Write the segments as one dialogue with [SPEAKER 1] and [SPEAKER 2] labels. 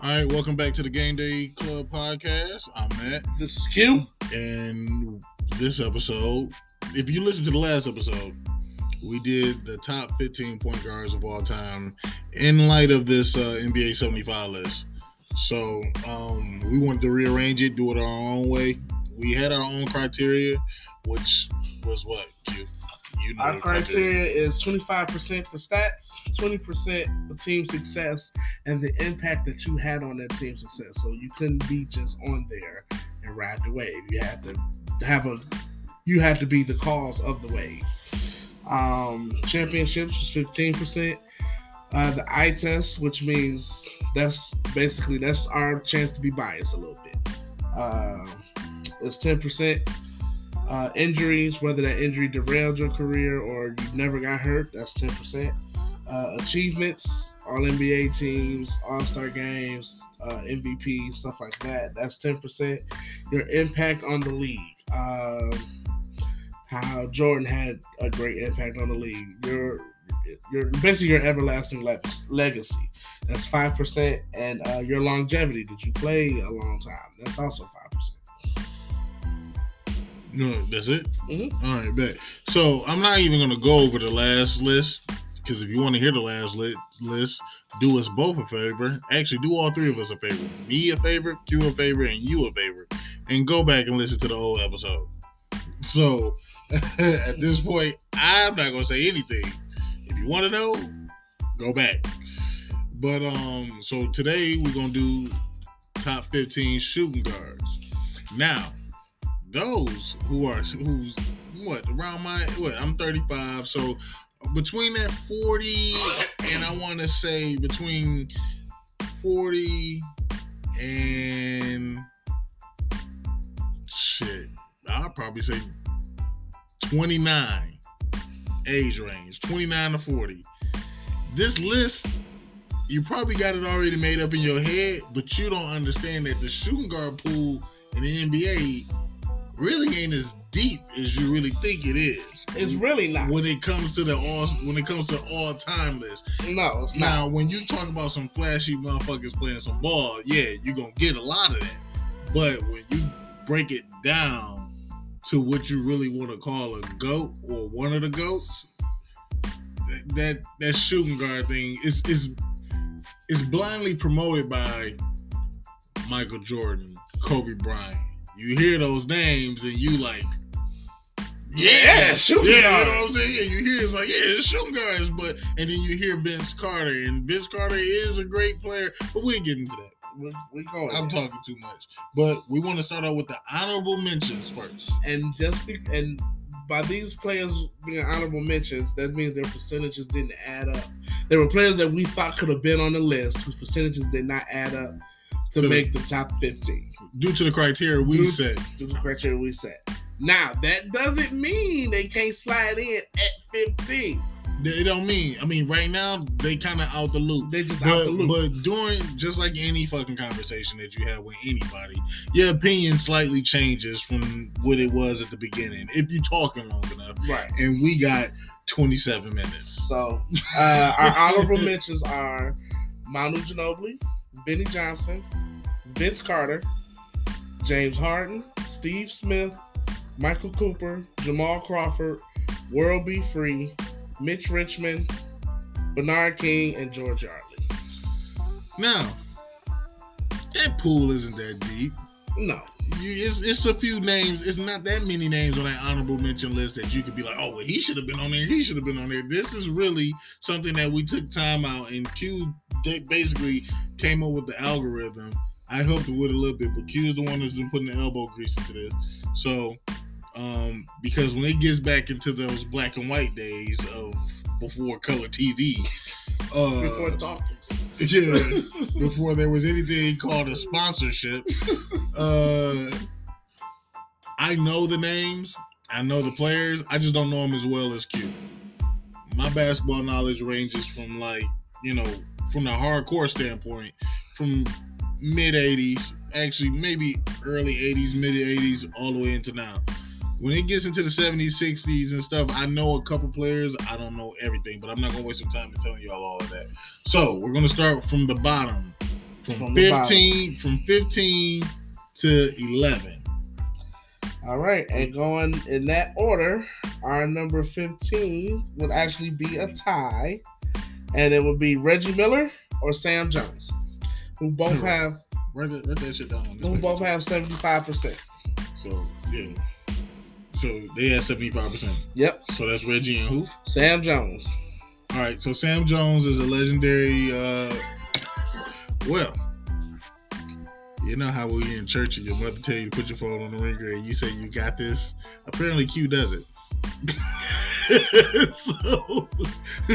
[SPEAKER 1] All right, welcome back to the Game Day Club podcast. I'm Matt,
[SPEAKER 2] This is Q.
[SPEAKER 1] and this episode, if you listen to the last episode, we did the top 15 point guards of all time in light of this uh, NBA 75 list. So um, we wanted to rearrange it, do it our own way. We had our own criteria, which was what Q. You know
[SPEAKER 2] Our
[SPEAKER 1] the
[SPEAKER 2] criteria is 25% for stats, 20% for team success, and the impact that you had on that team success. So you couldn't be just on there and ride the wave. You had to have a you had to be the cause of the wave. Um, championships was 15%. Uh, the eye test, which means that's basically that's our chance to be biased a little bit. Uh, it's 10% uh, injuries, whether that injury derailed your career or you never got hurt, that's 10%. Uh, achievements, all NBA teams, all star games, uh, MVP, stuff like that, that's 10%. Your impact on the league, um, how Jordan had a great impact on the league, your, your basically your everlasting le- legacy, that's 5%. And uh, your longevity, did you play a long time? That's also 5%.
[SPEAKER 1] No, that's it.
[SPEAKER 2] Mhm.
[SPEAKER 1] All right, bet. So I'm not even gonna go over the last list because if you want to hear the last li- list, do us both a favor. Actually, do all three of us a favor. Me a favor, you a favor, and you a favor, and go back and listen to the whole episode. So at this point, I'm not gonna say anything. If you want to know, go back. But um, so today we're gonna do top 15 shooting guards. Now, those who are who's what around my what I'm 35, so between that 40 and I want to say between 40 and shit, I'll probably say 29 age range, 29 to 40. This list you probably got it already made up in your head, but you don't understand that the shooting guard pool in the NBA really ain't as deep as you really think it is.
[SPEAKER 2] It's really not.
[SPEAKER 1] when it comes to the all when it comes to all time list.
[SPEAKER 2] No, it's not.
[SPEAKER 1] Now, when you talk about some flashy motherfuckers playing some ball, yeah, you're gonna get a lot of that. But when you break it down to what you really want to call a goat or one of the goats, that that, that shooting guard thing is is is blindly promoted by Michael Jordan, Kobe Bryant. You hear those names and you like,
[SPEAKER 2] Yeah, shooting
[SPEAKER 1] yeah,
[SPEAKER 2] guard.
[SPEAKER 1] You know what I'm saying? Yeah, you hear it's like, yeah, it's shooting guards, but and then you hear Vince Carter, and Vince Carter is a great player, but we'll get into that.
[SPEAKER 2] We're, we're going.
[SPEAKER 1] I'm
[SPEAKER 2] there.
[SPEAKER 1] talking too much, but we want to start out with the honorable mentions first.
[SPEAKER 2] and just be, and by these players being honorable mentions, that means their percentages didn't add up. There were players that we thought could have been on the list whose percentages did not add up to
[SPEAKER 1] So-
[SPEAKER 2] make the top 15
[SPEAKER 1] Due to the criteria we
[SPEAKER 2] Due-
[SPEAKER 1] set,
[SPEAKER 2] due to the criteria we set. Now that doesn't mean they can't slide in at 15.
[SPEAKER 1] they don't mean. I mean, right now they kind of out the loop.
[SPEAKER 2] They just out
[SPEAKER 1] But,
[SPEAKER 2] the loop.
[SPEAKER 1] but during just like any fucking conversation that you have with anybody, your opinion slightly changes from what it was at the beginning. If you're talking long enough,
[SPEAKER 2] right.
[SPEAKER 1] and we got 27 minutes.
[SPEAKER 2] So uh, our honorable mentions are Manu Ginobili, Benny Johnson, Vince Carter, James Harden, Steve Smith, Michael Cooper, Jamal Crawford, World Be Free, Mitch Richmond, Bernard King, and George Yardley.
[SPEAKER 1] Now, that pool isn't that deep.
[SPEAKER 2] No,
[SPEAKER 1] You, it's, it's a few names. It's not that many names on that honorable mention list that you could be like, oh, well, he should have been on there. He should have been on there. This is really something that we took time out and Q they basically came up with the algorithm. I helped with it a little bit, but Q is the one that's been putting the elbow grease into this. So, um, because when it gets back into those black and white days of before color TV, uh,
[SPEAKER 2] before talking.
[SPEAKER 1] yeah, before there was anything called a sponsorship. Uh, I know the names, I know the players, I just don't know them as well as Q. My basketball knowledge ranges from like, you know, from the hardcore standpoint, from mid 80s, actually maybe early 80s, mid 80s, all the way into now. When it gets into the 70s, 60s, and stuff, I know a couple players. I don't know everything, but I'm not going to waste some time in telling y'all all of that. So we're gonna start from the bottom. From,
[SPEAKER 2] From the bottom.
[SPEAKER 1] 15 from 15 to 11.
[SPEAKER 2] All right, and going in that order, our number 15 would actually be a tie, and it would be Reggie Miller or Sam Jones, who both
[SPEAKER 1] Hmm.
[SPEAKER 2] have
[SPEAKER 1] Write that, write that shit down. on this
[SPEAKER 2] who
[SPEAKER 1] paper.
[SPEAKER 2] both have 75%.
[SPEAKER 1] So yeah. So they had 75%.
[SPEAKER 2] Yep,
[SPEAKER 1] So that's Reggie and who?
[SPEAKER 2] Sam Jones.
[SPEAKER 1] All right, so Sam Jones is a legendary. Uh, well, you know how when you're in church and your mother tell you to put your phone on the ringer and you say you got this. Apparently, Q does it. so,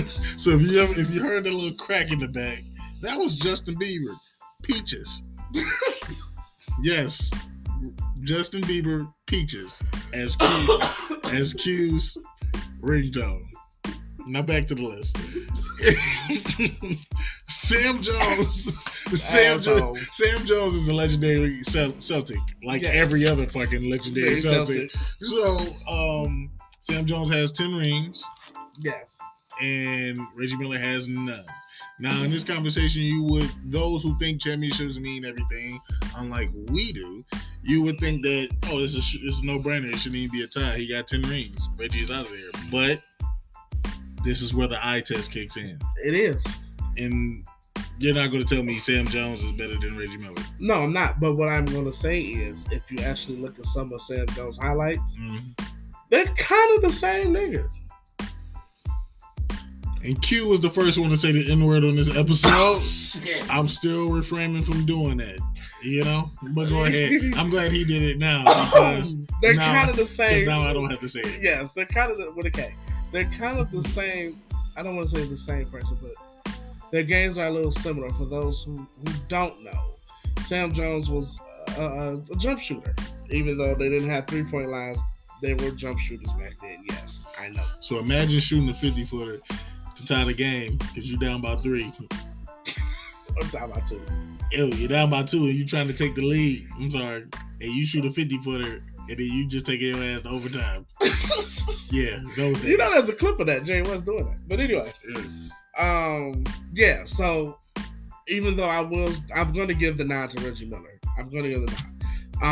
[SPEAKER 1] so if you ever, if you heard that little crack in the back, that was Justin Bieber, Peaches. yes, Justin Bieber, Peaches, as Q, as Q's ringtone. Now back to the list. Sam Jones. Sam, jo-
[SPEAKER 2] Asshole.
[SPEAKER 1] Sam Jones is a legendary Cel- Celtic, like
[SPEAKER 2] Yes.
[SPEAKER 1] every other fucking legendary
[SPEAKER 2] Very
[SPEAKER 1] Celtic.
[SPEAKER 2] Celtic.
[SPEAKER 1] So, um, Sam Jones has 10 rings
[SPEAKER 2] Yes.
[SPEAKER 1] and Reggie Miller has none. Now, in this conversation, you would, those who think championships mean everything, unlike we do, you would think that, oh, this is, this is no brainer. It shouldn't even be a tie. He got 10 rings. Reggie's out of there. But this is where the eye test kicks in.
[SPEAKER 2] It is.
[SPEAKER 1] And you're not going to tell me Sam Jones is better than Reggie Miller.
[SPEAKER 2] No, I'm not. But what I'm going to say is, if you actually look at some of Sam Jones' highlights,
[SPEAKER 1] Mm-hmm.
[SPEAKER 2] they're kind of the same nigga.
[SPEAKER 1] And Q was the first one to say the N word on this episode.
[SPEAKER 2] shit.
[SPEAKER 1] I'm still refraining from doing that. You know, but go ahead. I'm glad he did it now because
[SPEAKER 2] they're
[SPEAKER 1] now-
[SPEAKER 2] kind of the
[SPEAKER 1] 'cause
[SPEAKER 2] same.
[SPEAKER 1] now I don't have to say it.
[SPEAKER 2] Yes, they're kind of the, with a K. They're kind of the same. I don't want to say the same person, but their games are a little similar. For those who, who don't know, Sam Jones was a, a, a jump shooter, even though they didn't have three point lines. They were jump shooters back then. Yes, I know.
[SPEAKER 1] So imagine shooting a 50 footer to tie the game because you're down by three.
[SPEAKER 2] I'm talking about two.
[SPEAKER 1] Ew, you're down by two and you're trying to take the lead. I'm sorry. And you shoot a 50 footer and then you just take your ass to overtime. Yeah, those days.
[SPEAKER 2] You know, there's a clip of that. Jay West doing that. But anyway,
[SPEAKER 1] Yeah.
[SPEAKER 2] um, yeah. So even though I will, I'm going to give the nod to Reggie Miller. I'm going to give the nod.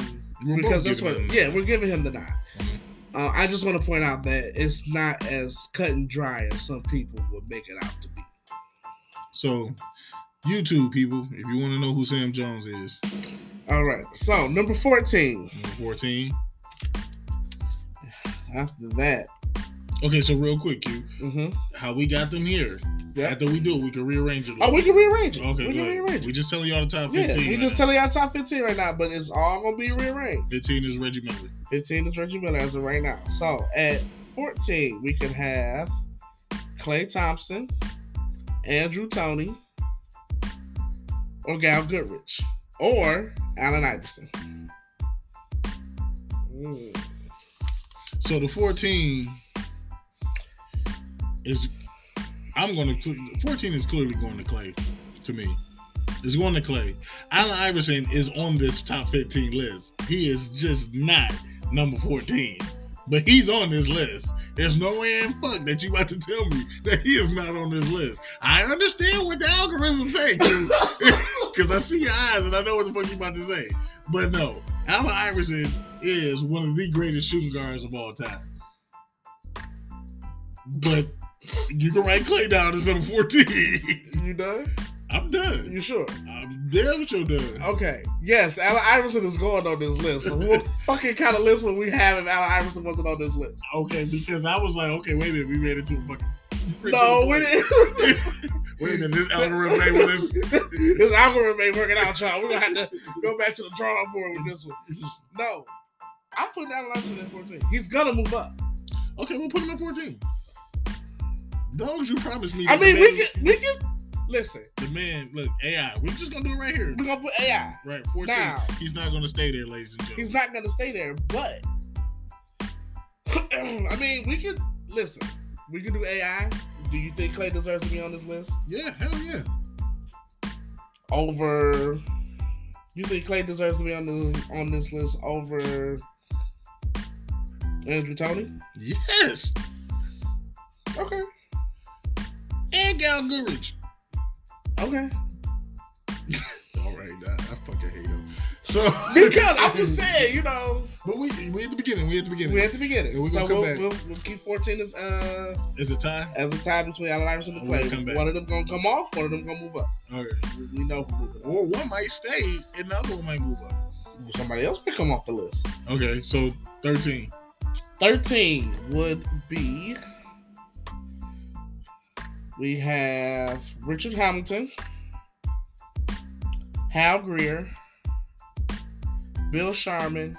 [SPEAKER 2] Um,
[SPEAKER 1] We're both
[SPEAKER 2] because that's
[SPEAKER 1] giving
[SPEAKER 2] what,
[SPEAKER 1] them-
[SPEAKER 2] yeah, we're giving him the nod. Uh, I just want to point out that it's not as cut and dry as some people would make it out to be.
[SPEAKER 1] So, YouTube people, if you want to know who Sam Jones is,
[SPEAKER 2] All right, so number 14.
[SPEAKER 1] number 14.
[SPEAKER 2] After that,
[SPEAKER 1] Okay, so real quick, Q,
[SPEAKER 2] mm-hmm.
[SPEAKER 1] how we got them here.
[SPEAKER 2] Yeah.
[SPEAKER 1] After we do it, we can rearrange it. a
[SPEAKER 2] oh, we
[SPEAKER 1] little.
[SPEAKER 2] can rearrange it.
[SPEAKER 1] okay,
[SPEAKER 2] we
[SPEAKER 1] go
[SPEAKER 2] can
[SPEAKER 1] ahead.
[SPEAKER 2] rearrange
[SPEAKER 1] We
[SPEAKER 2] it.
[SPEAKER 1] just telling y'all the top 15.
[SPEAKER 2] Yeah, we
[SPEAKER 1] right
[SPEAKER 2] just
[SPEAKER 1] now.
[SPEAKER 2] telling y'all top 15 right now, but it's all going to be rearranged.
[SPEAKER 1] 15 is Reggie Miller.
[SPEAKER 2] 15 is Reggie Miller as of right now. So at 14, we could have Clay Thompson, Andrew Tony, or Gal Goodrich, or Allen Iverson. Mm.
[SPEAKER 1] So the 14 is I'm going to 14 is clearly going to Clay to me. It's going to Clay. Allen Iverson is on this top 15 list. He is just not number 14. But he's on this list. There's no way in fuck that you about to tell me that he is not on this list. I understand what the algorithm saying, because I see your eyes and I know what the fuck you about to say. But no, Allen Iverson is one of the greatest shooting guards of all time. But you can write Clay down as number 14.
[SPEAKER 2] You done?
[SPEAKER 1] I'm done.
[SPEAKER 2] You sure?
[SPEAKER 1] I'm damn sure done.
[SPEAKER 2] Okay. Yes, Allen Iverson is going on this list. So what fucking kind of list would we have if Allen Iverson wasn't on this list?
[SPEAKER 1] Okay, because I was like, okay, wait a minute, we made it to a fucking.
[SPEAKER 2] No, we didn't.
[SPEAKER 1] Wait a minute, this algorithm ain't with us.
[SPEAKER 2] this algorithm ain't working out, y'all. We're gonna have to go back to the drawing board with this one. No. I'm putting Allen Iverson at 14. He's gonna move up.
[SPEAKER 1] Okay, we'll put him at 14. Dogs, you promised me.
[SPEAKER 2] I
[SPEAKER 1] that
[SPEAKER 2] mean,
[SPEAKER 1] the
[SPEAKER 2] we
[SPEAKER 1] man-
[SPEAKER 2] could we could listen,
[SPEAKER 1] The man, look, AI. We're just gonna do it right here.
[SPEAKER 2] we're gonna put AI.
[SPEAKER 1] Right, 14.
[SPEAKER 2] Now.
[SPEAKER 1] He's not gonna stay there, ladies and gentlemen.
[SPEAKER 2] He's not gonna stay there, but I mean we could listen, we could do AI. Do you think Clay deserves to be on this list?
[SPEAKER 1] Yeah, hell yeah.
[SPEAKER 2] Over you think Clay deserves to be on the on this list over Andrew Tony?
[SPEAKER 1] Yes.
[SPEAKER 2] Okay.
[SPEAKER 1] And Gal Goodrich.
[SPEAKER 2] Okay.
[SPEAKER 1] All right, nah, I fucking hate him. So
[SPEAKER 2] Because I'm just saying, you know,
[SPEAKER 1] but we we at the beginning. We at the beginning.
[SPEAKER 2] we have to begin it.
[SPEAKER 1] And we're
[SPEAKER 2] So
[SPEAKER 1] gonna come
[SPEAKER 2] we'll,
[SPEAKER 1] back.
[SPEAKER 2] we'll, we'll keep 14 as uh
[SPEAKER 1] Is it time?
[SPEAKER 2] as a tie between Allen Iverson and
[SPEAKER 1] And we'll come
[SPEAKER 2] McClay.
[SPEAKER 1] back.
[SPEAKER 2] One of them gonna come off, one of them gonna move up.
[SPEAKER 1] All right.
[SPEAKER 2] We- We know who moving up.
[SPEAKER 1] Or one might stay, and the other one might move up.
[SPEAKER 2] Somebody else could come off the list.
[SPEAKER 1] Okay, so thirteen.
[SPEAKER 2] 13 would be we have Richard Hamilton, Hal Greer, Bill Sharman.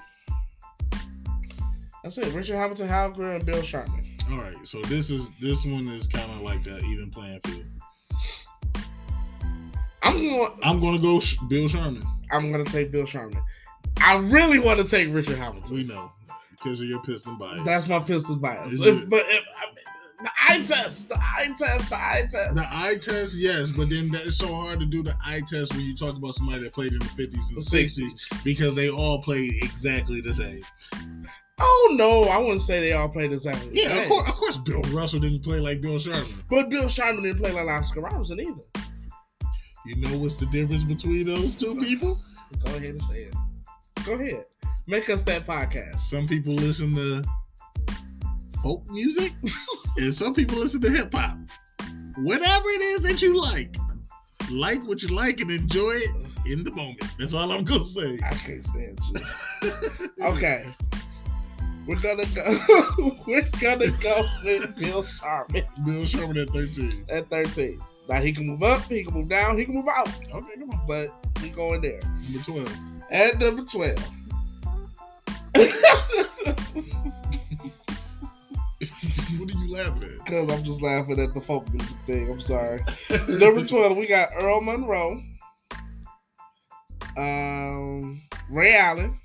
[SPEAKER 2] That's it. Richard Hamilton, Hal Greer, and Bill Sharman.
[SPEAKER 1] All right, so this is this one is kind of like that even playing field.
[SPEAKER 2] I'm going.
[SPEAKER 1] I'm gonna go Sh- Bill Sherman.
[SPEAKER 2] I'm going to take Bill Sharman. I really want to take Richard Hamilton.
[SPEAKER 1] We know because of your piston bias.
[SPEAKER 2] That's my Pistons bias.
[SPEAKER 1] Is
[SPEAKER 2] If-
[SPEAKER 1] it?
[SPEAKER 2] but if, I mean, the eye test, the eye test, the eye test.
[SPEAKER 1] the eye test, yes, but then that, it's so hard to do the eye test when you talk about somebody that played in the 50s and the 60s because they all played exactly the same.
[SPEAKER 2] Oh no, I wouldn't say they all played exactly. the
[SPEAKER 1] Yeah,
[SPEAKER 2] same.
[SPEAKER 1] of course, of course Bill Russell didn't play like Bill Sherman.
[SPEAKER 2] But Bill Sharman didn't play like Oscar Robinson either.
[SPEAKER 1] You know what's the difference between those two people?
[SPEAKER 2] Go ahead and say it. Go ahead. Make us that podcast.
[SPEAKER 1] Some people listen to folk music, and some people listen to hip hop. Whatever it is that you like, like what you like and enjoy it in the moment. That's all I'm gonna say.
[SPEAKER 2] I can't stand you. Okay. We're gonna go we're gonna go with Bill Sharman
[SPEAKER 1] Bill Sherman at 13.
[SPEAKER 2] at 13. Now he can move up, he can move down, he can move out.
[SPEAKER 1] Okay, come on.
[SPEAKER 2] But we going there.
[SPEAKER 1] Number 12.
[SPEAKER 2] At number 12.
[SPEAKER 1] what are you laughing at?
[SPEAKER 2] Cause I'm just laughing at the folk music thing. I'm sorry. Number 12, we got Earl Monroe, um, Ray Allen.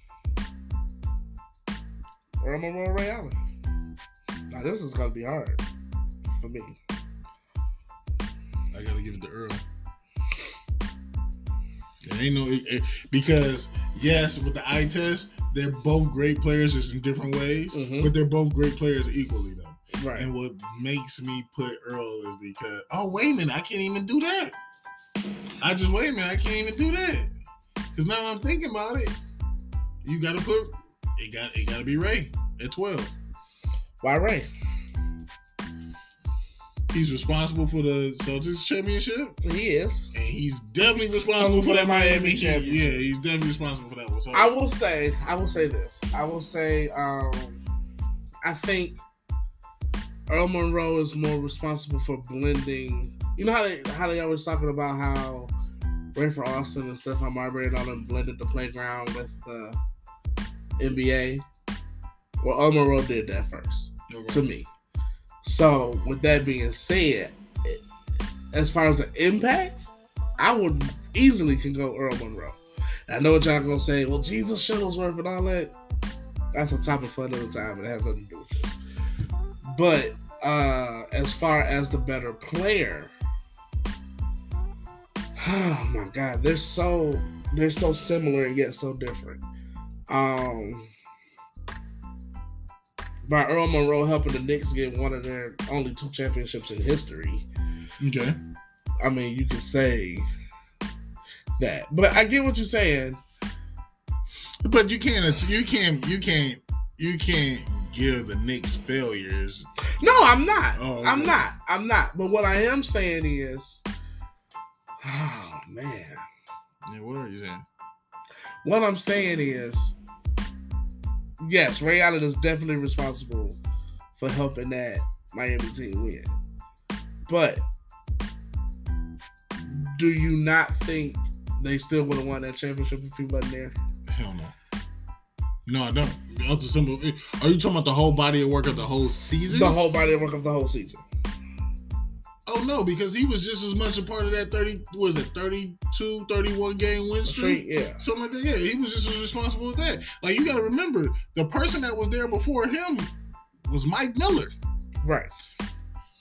[SPEAKER 2] Earl Monroe, Ray Allen. Now, this is going to be hard for me.
[SPEAKER 1] I gotta give it to Earl. There ain't no it- it- because yes, with the eye test, they're both great players just in different ways,
[SPEAKER 2] Mhm.
[SPEAKER 1] but they're both great players equally though.
[SPEAKER 2] Right.
[SPEAKER 1] And what makes me put Earl is because oh wait a minute, I can't even do that. I just wait a minute, I can't even do that. Cause now I'm thinking about it. You gotta put it got it gotta be Ray at twelve.
[SPEAKER 2] Why Ray?
[SPEAKER 1] He's responsible for the Celtics championship.
[SPEAKER 2] He is.
[SPEAKER 1] And he's definitely responsible for that Miami championship. Yeah, he's definitely responsible for that one. So
[SPEAKER 2] I will say, I will say this. I will say, um, I think Earl Monroe is more responsible for blending. You know how they how they always talking about how Rayford Austin and Stephon Marbury and all them blended the playground with the NBA. Well, Earl Monroe did that first to me. So, with that being said, it- as far as the impact, I would easily can go Earl Monroe. I know what y'all gonna say. Well, Jesus Shuttlesworth and all that. That's a topic for another time. It has nothing to do with this. But uh, as far as the better player, oh my God, they're so they're so similar and yet so different. Um, by Earl Monroe helping the Knicks get one of their only two championships in history.
[SPEAKER 1] okay.
[SPEAKER 2] I mean, you could say that, but I get what you're saying.
[SPEAKER 1] But you can't. You can't. You can't. You can't give the Knicks failures.
[SPEAKER 2] No, I'm not.
[SPEAKER 1] Oh,
[SPEAKER 2] I'm
[SPEAKER 1] okay.
[SPEAKER 2] not. I'm not. But what I am saying is, oh man,
[SPEAKER 1] Yeah, what are you saying?
[SPEAKER 2] what I'm saying is, yes, Ray Allen is definitely responsible for helping that Miami team win. But do you not think they still would have won that championship if he wasn't there?
[SPEAKER 1] Hell no. No, I don't. That's a simple. Are you talking about the whole body of work of the whole season?
[SPEAKER 2] The whole body of work of the whole season.
[SPEAKER 1] oh no, because he was just as much a part of that thirty. Was it 32, 31 game win streak?
[SPEAKER 2] Straight, yeah.
[SPEAKER 1] Something like that. Yeah, he was just as responsible as that. Like you got to remember, the person that was there before him was Mike Miller,
[SPEAKER 2] Right.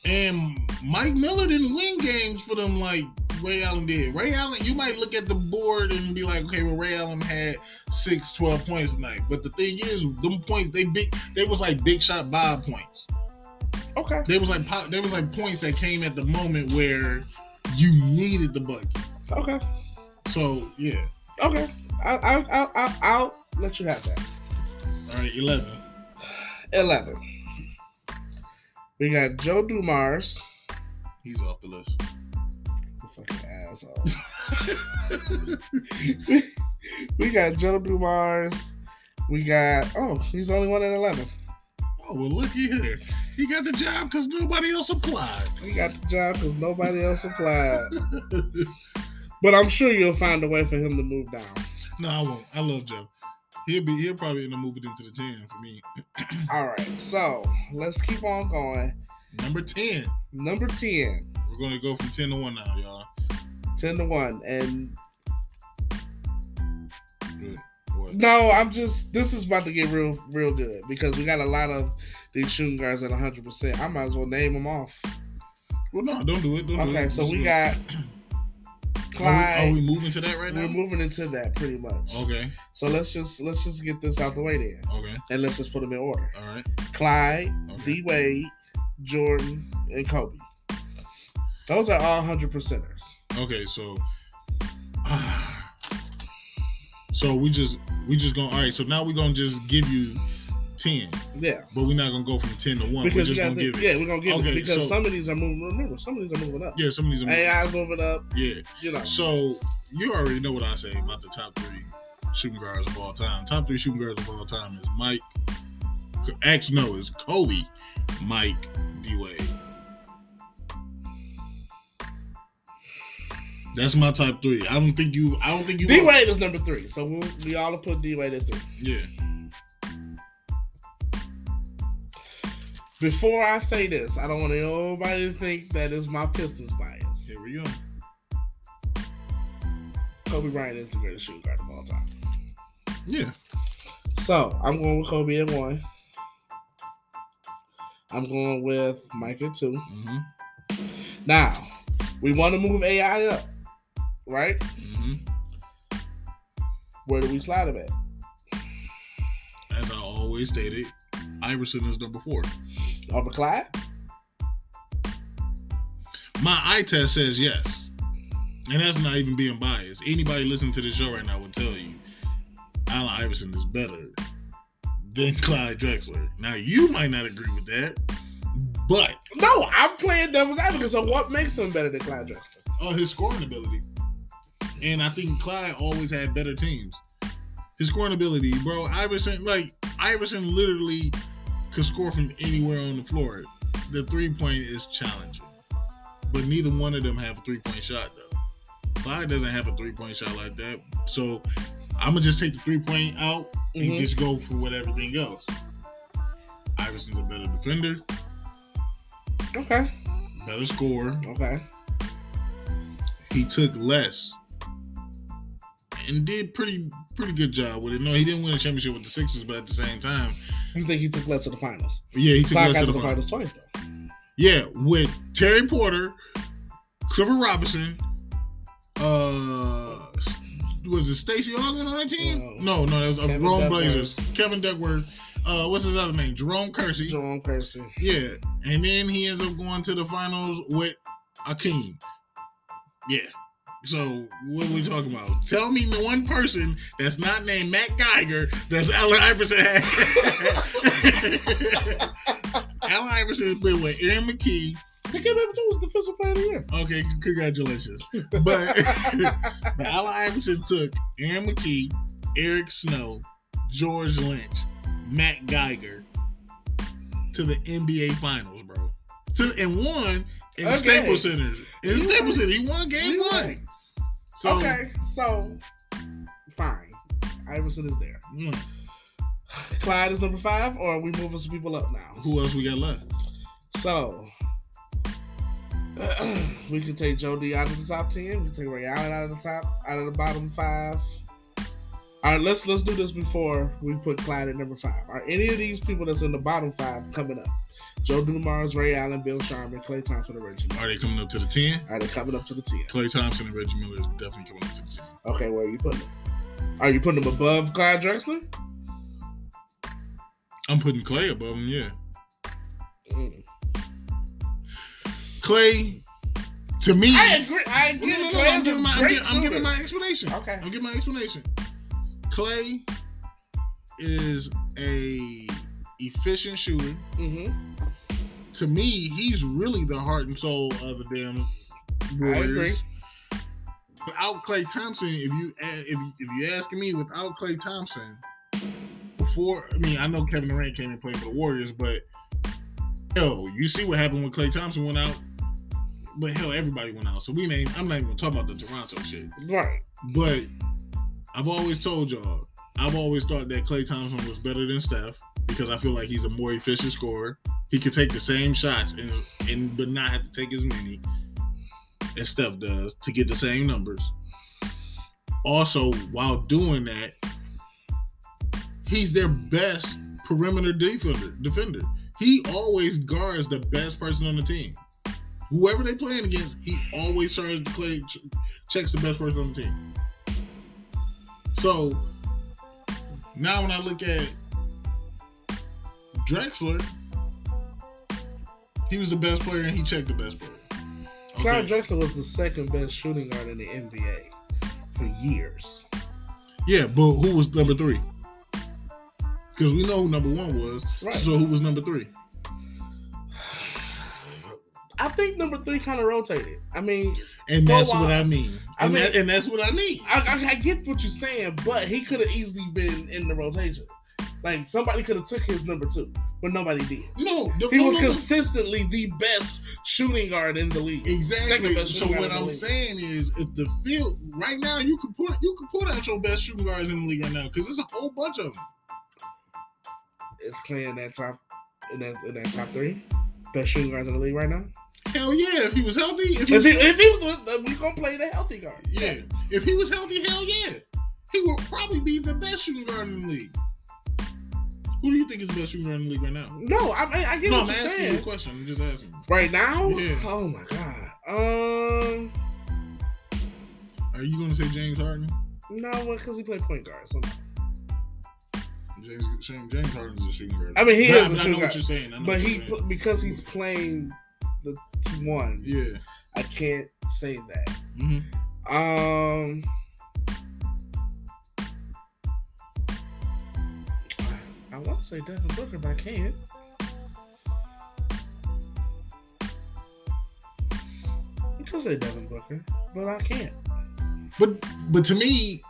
[SPEAKER 1] and Mike Miller didn't win games for them like Ray Allen did. Ray Allen, you might look at the board and be like, okay, well Ray Allen had six, 12 points tonight. But the thing is, them points they big, they was like big shot Bob points.
[SPEAKER 2] Okay.
[SPEAKER 1] They was like pop, they was like points that came at the moment where you needed the bucket.
[SPEAKER 2] Okay.
[SPEAKER 1] So yeah,
[SPEAKER 2] Okay, I'll, I'll, I'll, I'll, I'll let you have that.
[SPEAKER 1] all right, eleven.
[SPEAKER 2] 11. We got Joe Dumars.
[SPEAKER 1] He's off the list.
[SPEAKER 2] The fucking asshole. we got Joe Dumars. We got, oh, he's the only one at 11.
[SPEAKER 1] Oh well, looky here. He got the job because nobody else applied.
[SPEAKER 2] He got the job because nobody else applied. But I'm sure you'll find a way for him to move down.
[SPEAKER 1] no, I won't. I love Joe. He'll be. He'll probably end up moving into the ten for me.
[SPEAKER 2] All right, so let's keep on going.
[SPEAKER 1] Number ten.
[SPEAKER 2] Number 10,
[SPEAKER 1] We're gonna go from ten to one now, y'all.
[SPEAKER 2] 10 to 1. And
[SPEAKER 1] Good. What?
[SPEAKER 2] no, I'm just, this is about to get real, real good because we got a lot of these shooting guards at 100%. I might as well name them off.
[SPEAKER 1] Well, no, don't do it. Don't do it.
[SPEAKER 2] Okay, so
[SPEAKER 1] Just
[SPEAKER 2] we
[SPEAKER 1] do it.
[SPEAKER 2] got
[SPEAKER 1] Mm-hmm. Are we, are
[SPEAKER 2] Clyde.
[SPEAKER 1] we moving to that right now?
[SPEAKER 2] We're moving into that pretty much.
[SPEAKER 1] Okay.
[SPEAKER 2] So let's just let's just get this out the way then,
[SPEAKER 1] Okay.
[SPEAKER 2] and let's just put them in order:
[SPEAKER 1] All right.
[SPEAKER 2] Clyde,
[SPEAKER 1] Okay.
[SPEAKER 2] D Wade, Jordan, and Kobe. Those are all hundred percenters.
[SPEAKER 1] Okay, so ah. so we just we just gonna all right. So now we gonna just give you ten,
[SPEAKER 2] Yeah,
[SPEAKER 1] but we're not gonna go from ten to one.
[SPEAKER 2] because
[SPEAKER 1] we're
[SPEAKER 2] you
[SPEAKER 1] just
[SPEAKER 2] got
[SPEAKER 1] gonna
[SPEAKER 2] the,
[SPEAKER 1] give it.
[SPEAKER 2] yeah, we're gonna give
[SPEAKER 1] Okay,
[SPEAKER 2] it because
[SPEAKER 1] so- Mm-hmm.
[SPEAKER 2] some of these are moving. Remember, some of these are moving up.
[SPEAKER 1] Yeah, some of these. Are
[SPEAKER 2] AI's moving up.
[SPEAKER 1] yeah.
[SPEAKER 2] You know,
[SPEAKER 1] So you already know what I say about the top three shooting guards of all time. Top three shooting guards of all time is Mike. Actually, no, it's Kobe, Mike, D Wade. That's my top three. I don't think you. I don't think you.
[SPEAKER 2] D Wade is number three, so we'll, we all put D Wade at three.
[SPEAKER 1] Yeah.
[SPEAKER 2] Before I say this, I don't want nobody to think that is my Pistons bias.
[SPEAKER 1] Here we go.
[SPEAKER 2] Kobe Bryant is the greatest shooting guard of all time.
[SPEAKER 1] Yeah.
[SPEAKER 2] So I'm going with Kobe at one. I'm going with Mike at two.
[SPEAKER 1] hmm
[SPEAKER 2] Now, we want to move AI up, right?
[SPEAKER 1] hmm
[SPEAKER 2] Where do we slide him at?
[SPEAKER 1] As I always stated, Iverson is number four.
[SPEAKER 2] Over Clyde?
[SPEAKER 1] My eye test says yes. And that's not even being biased. Anybody listening to this show right now will tell you Allen Iverson is better than Clyde Drexler. Now, you might not agree with that, but
[SPEAKER 2] No, I'm playing devil's advocate. So what makes him better than Clyde Drexler?
[SPEAKER 1] uh, his scoring ability. And I think Clyde always had better teams. His scoring ability, bro. Iverson, like Iverson, literally could score from anywhere on the floor. The three point is challenging, but neither one of them have a three point shot though. Clyde doesn't have a three point shot like that, so I'm gonna just take the three point out and
[SPEAKER 2] Mhm.
[SPEAKER 1] just go for what everything else. Iverson's a better defender,
[SPEAKER 2] Okay,
[SPEAKER 1] better scorer,
[SPEAKER 2] okay.
[SPEAKER 1] he took less and did pretty pretty good job with it. No, he didn't win a championship with the Sixers, but at the same time,
[SPEAKER 2] You think he took less to the finals?
[SPEAKER 1] yeah, he took
[SPEAKER 2] Clyde
[SPEAKER 1] less to
[SPEAKER 2] got
[SPEAKER 1] the final.
[SPEAKER 2] finals twice though.
[SPEAKER 1] Yeah, with Terry Porter, Clifford Robinson, uh, S- was it Stacy Ogman on that team? No,
[SPEAKER 2] No.
[SPEAKER 1] no, that was uh,
[SPEAKER 2] Kevin
[SPEAKER 1] Rome
[SPEAKER 2] Duckworth.
[SPEAKER 1] Blazers. Kevin Duckworth. Uh, what's his other name? Jerome Kersey.
[SPEAKER 2] Jerome Kersey.
[SPEAKER 1] Yeah, and then he ends up going to the finals with Akeem. Yeah. So what are we talking about? Tell me the one person that's not named Matt Geiger that's Allen Iverson had. Allen Iverson has been with Aaron McKee.
[SPEAKER 2] They came up was the defensive player of the year.
[SPEAKER 1] Okay, c- congratulations. But, but Allen Iverson took Aaron McKee, Eric Snow, George Lynch, Matt Geiger to the NBA Finals, bro. To and won in
[SPEAKER 2] Okay.
[SPEAKER 1] Staples Center. In
[SPEAKER 2] He
[SPEAKER 1] Staples
[SPEAKER 2] won.
[SPEAKER 1] Center, he won game
[SPEAKER 2] He won.
[SPEAKER 1] one. So,
[SPEAKER 2] okay, so fine. Iverson is there.
[SPEAKER 1] mm,
[SPEAKER 2] Clyde is number five, or are we moving some people up now?
[SPEAKER 1] who else we got left?
[SPEAKER 2] So we can take Joe D out of the top ten. We can take Ray Allen out of the top, out of the bottom five. All right, let's let's do this before we put Clyde at number five. Are any of these people that's in the bottom five coming up? Joe Dumars, Ray Allen, Bill Sharman, Clay Thompson, and Reggie. Miller.
[SPEAKER 1] Are they coming up to the ten?
[SPEAKER 2] Are they coming up to the ten?
[SPEAKER 1] Clay Thompson and Reggie Miller is definitely coming up to the ten.
[SPEAKER 2] Okay, where are you putting them? Are you putting them above Clyde Drexler?
[SPEAKER 1] I'm putting Clay above him, yeah.
[SPEAKER 2] Mm.
[SPEAKER 1] Clay To me,
[SPEAKER 2] I agree. I
[SPEAKER 1] No,
[SPEAKER 2] agree.
[SPEAKER 1] no, no, no,
[SPEAKER 2] Clay
[SPEAKER 1] I'm
[SPEAKER 2] is
[SPEAKER 1] giving
[SPEAKER 2] a
[SPEAKER 1] my- I'm
[SPEAKER 2] great
[SPEAKER 1] gi- I'm giving
[SPEAKER 2] shooter.
[SPEAKER 1] my explanation.
[SPEAKER 2] Okay.
[SPEAKER 1] I'll give my explanation. Clay is a efficient shooter.
[SPEAKER 2] Mhm.
[SPEAKER 1] To me, he's really the heart and soul of the damn Warriors.
[SPEAKER 2] agree.
[SPEAKER 1] Without Clay Thompson, if you a- if you- if you asking me, without Clay Thompson, before I mean, I know Kevin Durant came and played for the Warriors, but hell, you see what happened when Clay Thompson went out. But hell, everybody went out. So we ain't. I'm not even gonna talk about the Toronto shit.
[SPEAKER 2] Right.
[SPEAKER 1] But I've always told y'all, I've always thought that Clay Thompson was better than Steph because I feel like he's a more efficient scorer. He could take the same shots and and but not have to take as many as Steph does to get the same numbers. Also, while doing that, he's their best perimeter defender. Defender. He always guards the best person on the team. Whoever they playing against, he always tries to play, checks the best person on the team. So now when I look at Drexler, he was the best player and he checked the best player.
[SPEAKER 2] Clyde Drexler was the second best shooting guard in the NBA for years.
[SPEAKER 1] Yeah, but who was number three? Because we know who number one was.
[SPEAKER 2] Right.
[SPEAKER 1] So who was number three?
[SPEAKER 2] I think number three kind of rotated. I mean,
[SPEAKER 1] And
[SPEAKER 2] For a
[SPEAKER 1] that's what
[SPEAKER 2] while.
[SPEAKER 1] I mean.
[SPEAKER 2] I
[SPEAKER 1] And,
[SPEAKER 2] mean-
[SPEAKER 1] that- and that's what I mean.
[SPEAKER 2] I, I, I get what you're saying, but he could have easily been in the rotation. Like somebody could have took his number two, but nobody did.
[SPEAKER 1] No, the,
[SPEAKER 2] He
[SPEAKER 1] no,
[SPEAKER 2] was
[SPEAKER 1] no, no.
[SPEAKER 2] consistently the best shooting guard in the league. Second
[SPEAKER 1] exactly.
[SPEAKER 2] best
[SPEAKER 1] So
[SPEAKER 2] shooting
[SPEAKER 1] what
[SPEAKER 2] guard in the
[SPEAKER 1] I'm
[SPEAKER 2] league.
[SPEAKER 1] saying is, if the field right now, you could put you could put out your best shooting guards in the league right now because there's a whole bunch of them.
[SPEAKER 2] is Clay in that top in that, in that top three best shooting guards in the league right now.
[SPEAKER 1] Hell yeah, if he was healthy, if he,
[SPEAKER 2] If he, if he was, uh, we gonna play the healthy guard.
[SPEAKER 1] yeah, if he was healthy, hell yeah, he would probably be the best shooting guard in the league. Who do you think is the best shooting guard in the league right now?
[SPEAKER 2] No, I mean I get
[SPEAKER 1] No,
[SPEAKER 2] what
[SPEAKER 1] I'm
[SPEAKER 2] you're
[SPEAKER 1] asking you a
[SPEAKER 2] saying.
[SPEAKER 1] question. I'm just asking.
[SPEAKER 2] Right now,
[SPEAKER 1] Yeah.
[SPEAKER 2] oh my god. Um,
[SPEAKER 1] Are you going to say James Harden?
[SPEAKER 2] no, because he played point guard. So, no.
[SPEAKER 1] James Shane- James Harden's a shooting guard.
[SPEAKER 2] I mean, he
[SPEAKER 1] Nah,
[SPEAKER 2] is
[SPEAKER 1] but
[SPEAKER 2] a
[SPEAKER 1] I
[SPEAKER 2] shooting
[SPEAKER 1] know what
[SPEAKER 2] guard,
[SPEAKER 1] you're saying. I know
[SPEAKER 2] but
[SPEAKER 1] what
[SPEAKER 2] he
[SPEAKER 1] you're saying.
[SPEAKER 2] pl- because he's playing the t one.
[SPEAKER 1] yeah.
[SPEAKER 2] I can't say that.
[SPEAKER 1] hmm
[SPEAKER 2] Um. I want to say Devin Booker, but I can't. I could say Devin Booker, but I can't.
[SPEAKER 1] But but to me,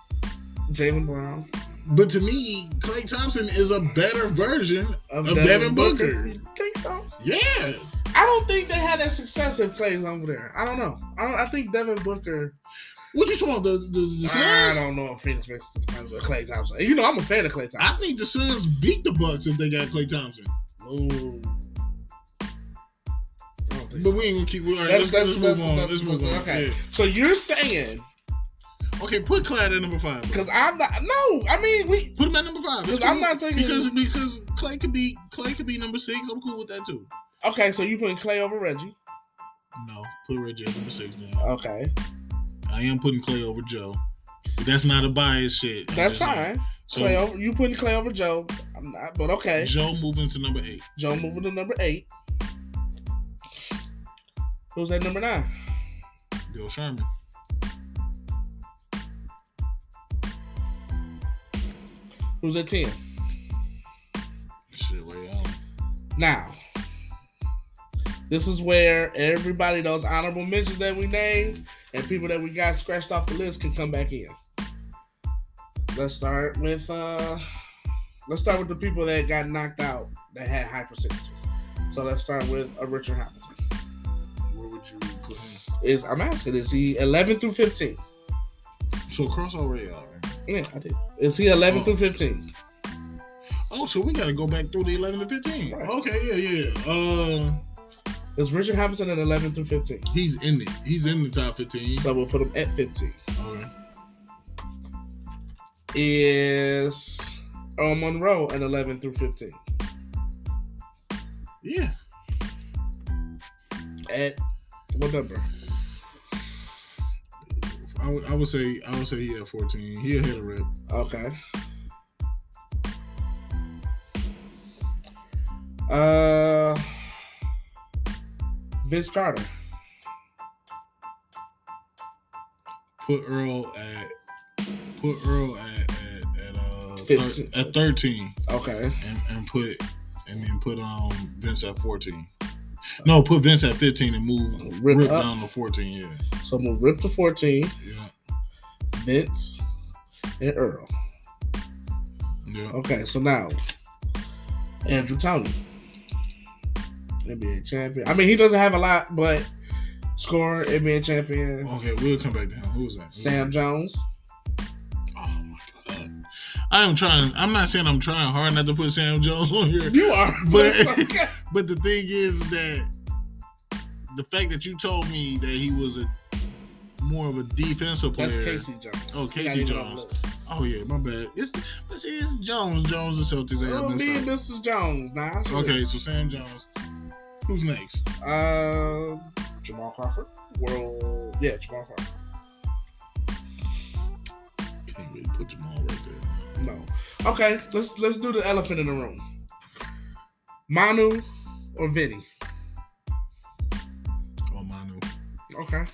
[SPEAKER 2] Jalen Brown.
[SPEAKER 1] but to me, Clay Thompson is a better version.
[SPEAKER 2] Of,
[SPEAKER 1] Of Devin Booker.
[SPEAKER 2] You think so?
[SPEAKER 1] Yeah.
[SPEAKER 2] I don't think they had that success if Clay's over there. I don't know. I, don't, I think Devin Booker.
[SPEAKER 1] What you talking about? The the, the
[SPEAKER 2] I
[SPEAKER 1] Suns?
[SPEAKER 2] don't know if Phoenix makes it to the finals with Clay Thompson. You know, I'm a fan of Clay Thompson.
[SPEAKER 1] I, think the Suns beat the Bucks if they got Clay Thompson.
[SPEAKER 2] Ooh. I don't think
[SPEAKER 1] But
[SPEAKER 2] so.
[SPEAKER 1] we ain't gonna keep. All right, let's,
[SPEAKER 2] That's- that's-
[SPEAKER 1] let's
[SPEAKER 2] that's-
[SPEAKER 1] move on.
[SPEAKER 2] that's-
[SPEAKER 1] Let's move on.
[SPEAKER 2] okay.
[SPEAKER 1] Yeah.
[SPEAKER 2] So you're saying
[SPEAKER 1] Okay, put Clyde at number five.
[SPEAKER 2] because I'm not? No, I mean we.
[SPEAKER 1] Put him at number five.
[SPEAKER 2] Because
[SPEAKER 1] It's
[SPEAKER 2] I'm
[SPEAKER 1] cool.
[SPEAKER 2] not taking-
[SPEAKER 1] because because Clay could be Clay could be number six. I'm cool with that too.
[SPEAKER 2] Okay, so you putting Clay over Reggie?
[SPEAKER 1] No, put Reggie at number six now.
[SPEAKER 2] Okay,
[SPEAKER 1] I am putting Clay over Joe. But that's not a bias shit.
[SPEAKER 2] that's
[SPEAKER 1] not-
[SPEAKER 2] fine.
[SPEAKER 1] So
[SPEAKER 2] Clay over you putting Clay over Joe? I'm not, but okay.
[SPEAKER 1] Joe moving to number eight.
[SPEAKER 2] Joe moving to number eight. Who's at number nine?
[SPEAKER 1] Bill Sherman.
[SPEAKER 2] Who's at ten?
[SPEAKER 1] Shit, Ray Allen.
[SPEAKER 2] Now, this is where everybody, those honorable mentions that we named and people that we got scratched off the list can come back in. Let's start with uh let's start with the people that got knocked out that had high percentages. So let's start with a Richard Hamilton.
[SPEAKER 1] Where would you put him?
[SPEAKER 2] Is I'm asking, is he eleven through fifteen?
[SPEAKER 1] So cross over Ray Allen.
[SPEAKER 2] Yeah, I did. Is he eleven
[SPEAKER 1] Oh.
[SPEAKER 2] through fifteen?
[SPEAKER 1] Oh, so we gotta go back through the eleven to fifteen.
[SPEAKER 2] Right.
[SPEAKER 1] Okay, yeah, yeah. Uh
[SPEAKER 2] Is Richard Hamilton at eleven through fifteen?
[SPEAKER 1] he's in it. He's in the top fifteen.
[SPEAKER 2] So we'll put him at fifteen.
[SPEAKER 1] Okay.
[SPEAKER 2] Is Earl Monroe at eleven through fifteen?
[SPEAKER 1] Yeah.
[SPEAKER 2] at what number?
[SPEAKER 1] I would I would say I would say he at fourteen. He ahead of Rip.
[SPEAKER 2] Okay. Uh, Vince Carter.
[SPEAKER 1] Put Earl at put Earl at at, at, uh, thir-
[SPEAKER 2] Fifteen.
[SPEAKER 1] at thirteen
[SPEAKER 2] Okay.
[SPEAKER 1] and, and put and then put um Vince at fourteen. No, put Vince at fifteen and move
[SPEAKER 2] Rip
[SPEAKER 1] Rip,
[SPEAKER 2] up.
[SPEAKER 1] down to fourteen. Yeah,
[SPEAKER 2] So move Rip to 14,
[SPEAKER 1] yeah,
[SPEAKER 2] Vince, and Earl.
[SPEAKER 1] yeah.
[SPEAKER 2] Okay, so now Andrew Tony, NBA champion. I mean, he doesn't have a lot, but scorer, NBA champion.
[SPEAKER 1] Okay, we'll come back to him. Who's that?
[SPEAKER 2] Sam Jones.
[SPEAKER 1] Oh my god. I am trying. I'm not saying I'm trying hard not to put Sam Jones on here,
[SPEAKER 2] You are,
[SPEAKER 1] But- but the thing is that the fact that you told me that he was a more of a defensive player.
[SPEAKER 2] that's Casey Jones.
[SPEAKER 1] Oh,
[SPEAKER 2] He not
[SPEAKER 1] Casey
[SPEAKER 2] even on the
[SPEAKER 1] Jones.
[SPEAKER 2] list.
[SPEAKER 1] Oh yeah, my bad. It's but see, it's Jones. Jones the Celtics. I
[SPEAKER 2] Oh,
[SPEAKER 1] got
[SPEAKER 2] me and
[SPEAKER 1] messed up.
[SPEAKER 2] Mrs. Jones. Nah, I should.
[SPEAKER 1] Okay, so Sam Jones. Who's next?
[SPEAKER 2] Uh, Jamal Crawford. World. Yeah, Jamal Crawford.
[SPEAKER 1] Can't really put Jamal right there.
[SPEAKER 2] No. Okay, let's let's do the elephant in the room. Manu or Vinny?
[SPEAKER 1] Oh Manu.
[SPEAKER 2] Okay.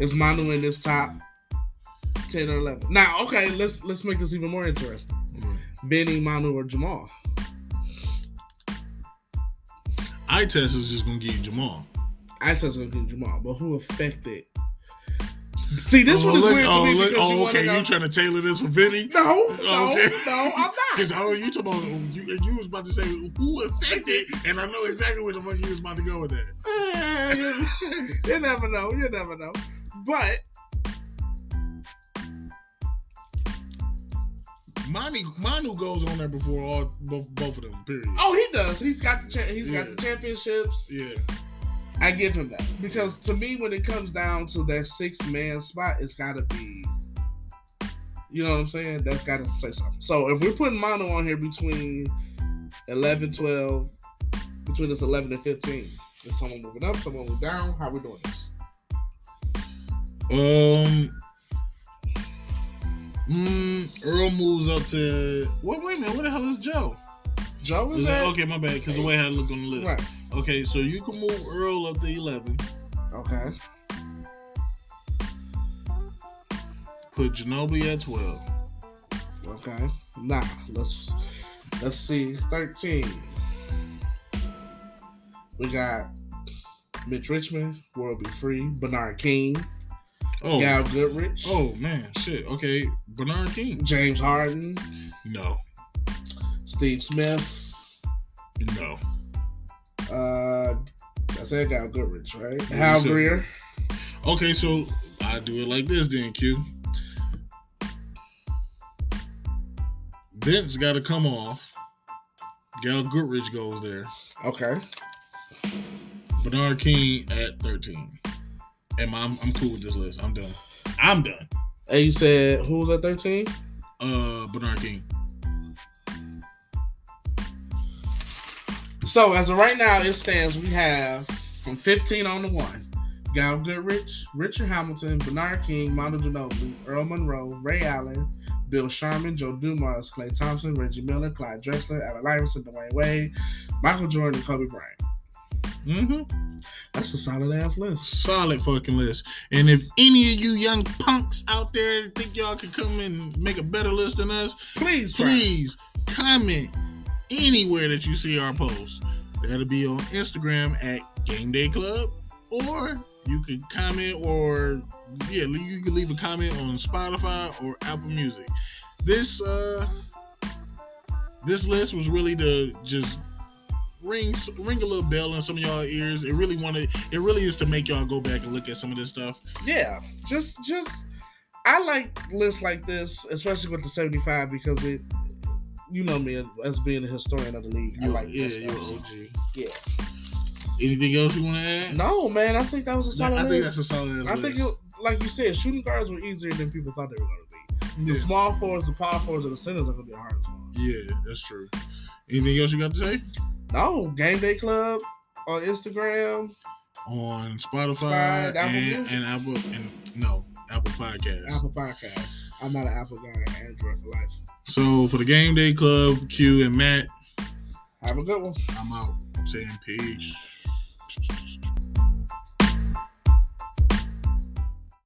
[SPEAKER 2] Is Manu in this top ten or eleven? Now, okay, let's let's make this even more interesting. Vinny, Manu, or Jamal?
[SPEAKER 1] Eye test is just gonna give you Jamal.
[SPEAKER 2] I just gonna give Jamal, but who affected? See, this one is
[SPEAKER 1] Oh, look-
[SPEAKER 2] weird to me
[SPEAKER 1] look-
[SPEAKER 2] because you
[SPEAKER 1] oh,
[SPEAKER 2] want to
[SPEAKER 1] okay.
[SPEAKER 2] know.
[SPEAKER 1] You trying to tailor this for Vinny?
[SPEAKER 2] no, no,
[SPEAKER 1] Okay.
[SPEAKER 2] no, I'm not.
[SPEAKER 1] Because how you talking about? oh, You, you was about to say who affected, and I know exactly where the fuck you was about to go with that.
[SPEAKER 2] you you never know. You never know. But
[SPEAKER 1] Manu, Manu goes on there before all both, both of them. Period.
[SPEAKER 2] oh, he does. He's got the cha- he's got
[SPEAKER 1] Yeah.
[SPEAKER 2] the championships.
[SPEAKER 1] Yeah.
[SPEAKER 2] I give him that because to me, when it comes down to that six man spot, it's got to be. You know what I'm saying? That's got to say something. So if we're putting Mono on here between 11, 12, between us 11 and 15, is someone moving up, someone moving down? How we doing this?
[SPEAKER 1] Um. Mm, Earl moves up to. What? Wait a minute. What the hell is Joe?
[SPEAKER 2] Joe is
[SPEAKER 1] Is
[SPEAKER 2] that?
[SPEAKER 1] it- okay, my bad. Because the way I look on the list.
[SPEAKER 2] Right.
[SPEAKER 1] Okay, so you can move Earl up to eleven.
[SPEAKER 2] Okay.
[SPEAKER 1] Put Ginobili at twelve.
[SPEAKER 2] Okay. Nah. Let's let's see. Thirteen. We got Mitch Richmond, World Be Free, Bernard King,
[SPEAKER 1] Oh.
[SPEAKER 2] Gal Goodrich,
[SPEAKER 1] Oh man, shit. Okay, Bernard King.
[SPEAKER 2] James Harden,
[SPEAKER 1] No,
[SPEAKER 2] Steve Smith.
[SPEAKER 1] no.
[SPEAKER 2] Uh, I said Gal Goodrich, right?
[SPEAKER 1] Yeah,
[SPEAKER 2] Hal
[SPEAKER 1] you said-
[SPEAKER 2] Greer.
[SPEAKER 1] Okay, so I do it like this then, Q. Vince got to come off. Gal Goodrich goes there.
[SPEAKER 2] Okay.
[SPEAKER 1] Bernard King at 13. And I'm, I'm cool with this list. I'm done. I'm done.
[SPEAKER 2] And you said who was at thirteen?
[SPEAKER 1] Uh, Bernard King.
[SPEAKER 2] So as of right now, it stands we have from 15 on the one. Gal Goodrich, Richard Hamilton, Bernard King, Mondo Ginobili, Earl Monroe, Ray Allen, Bill Sharman, Joe Dumas, Clay Thompson, Reggie Miller, Clyde Drexler, Allen Iverson, Dwayne Wade, Michael Jordan, and Kobe Bryant.
[SPEAKER 1] Mm-hmm.
[SPEAKER 2] That's a solid ass list.
[SPEAKER 1] Solid fucking list. And if any of you young punks out there think y'all could come and make a better list than us,
[SPEAKER 2] Please, try.
[SPEAKER 1] please comment anywhere that you see our posts. That'll be on Instagram at Game Day Club, or you can comment, or yeah, le- you can leave a comment on Spotify or Apple Music. This uh, this list was really to just ring s- ring a little bell in some of y'all ears. It really wanted, it really is to make y'all go back and look at some of this stuff.
[SPEAKER 2] Yeah, just just I like lists like this, especially with the 75 because it. You know me as being a historian of the league. I
[SPEAKER 1] You-
[SPEAKER 2] like
[SPEAKER 1] yeah,
[SPEAKER 2] this
[SPEAKER 1] you're
[SPEAKER 2] stuff.
[SPEAKER 1] OG.
[SPEAKER 2] Yeah.
[SPEAKER 1] Anything else you want to add?
[SPEAKER 2] No, man, I think that was a solid
[SPEAKER 1] I think
[SPEAKER 2] list.
[SPEAKER 1] that's a solid.
[SPEAKER 2] I think,
[SPEAKER 1] list.
[SPEAKER 2] it, like you said, shooting guards were easier than people thought they were going to be.
[SPEAKER 1] Yeah.
[SPEAKER 2] The small fours, the power fours, and the centers are going to be the hardest ones.
[SPEAKER 1] Yeah, that's true. Anything else you got to say?
[SPEAKER 2] No, Game Day Club on Instagram,
[SPEAKER 1] On Spotify
[SPEAKER 2] Spotify, Apple
[SPEAKER 1] and,
[SPEAKER 2] Music.
[SPEAKER 1] and Apple and no Apple Podcast.
[SPEAKER 2] Apple Podcasts. I'm not an Apple guy, Android for life.
[SPEAKER 1] So for the game day club, Q and Matt,
[SPEAKER 2] Have a good one.
[SPEAKER 1] I'm out. I'm saying peace.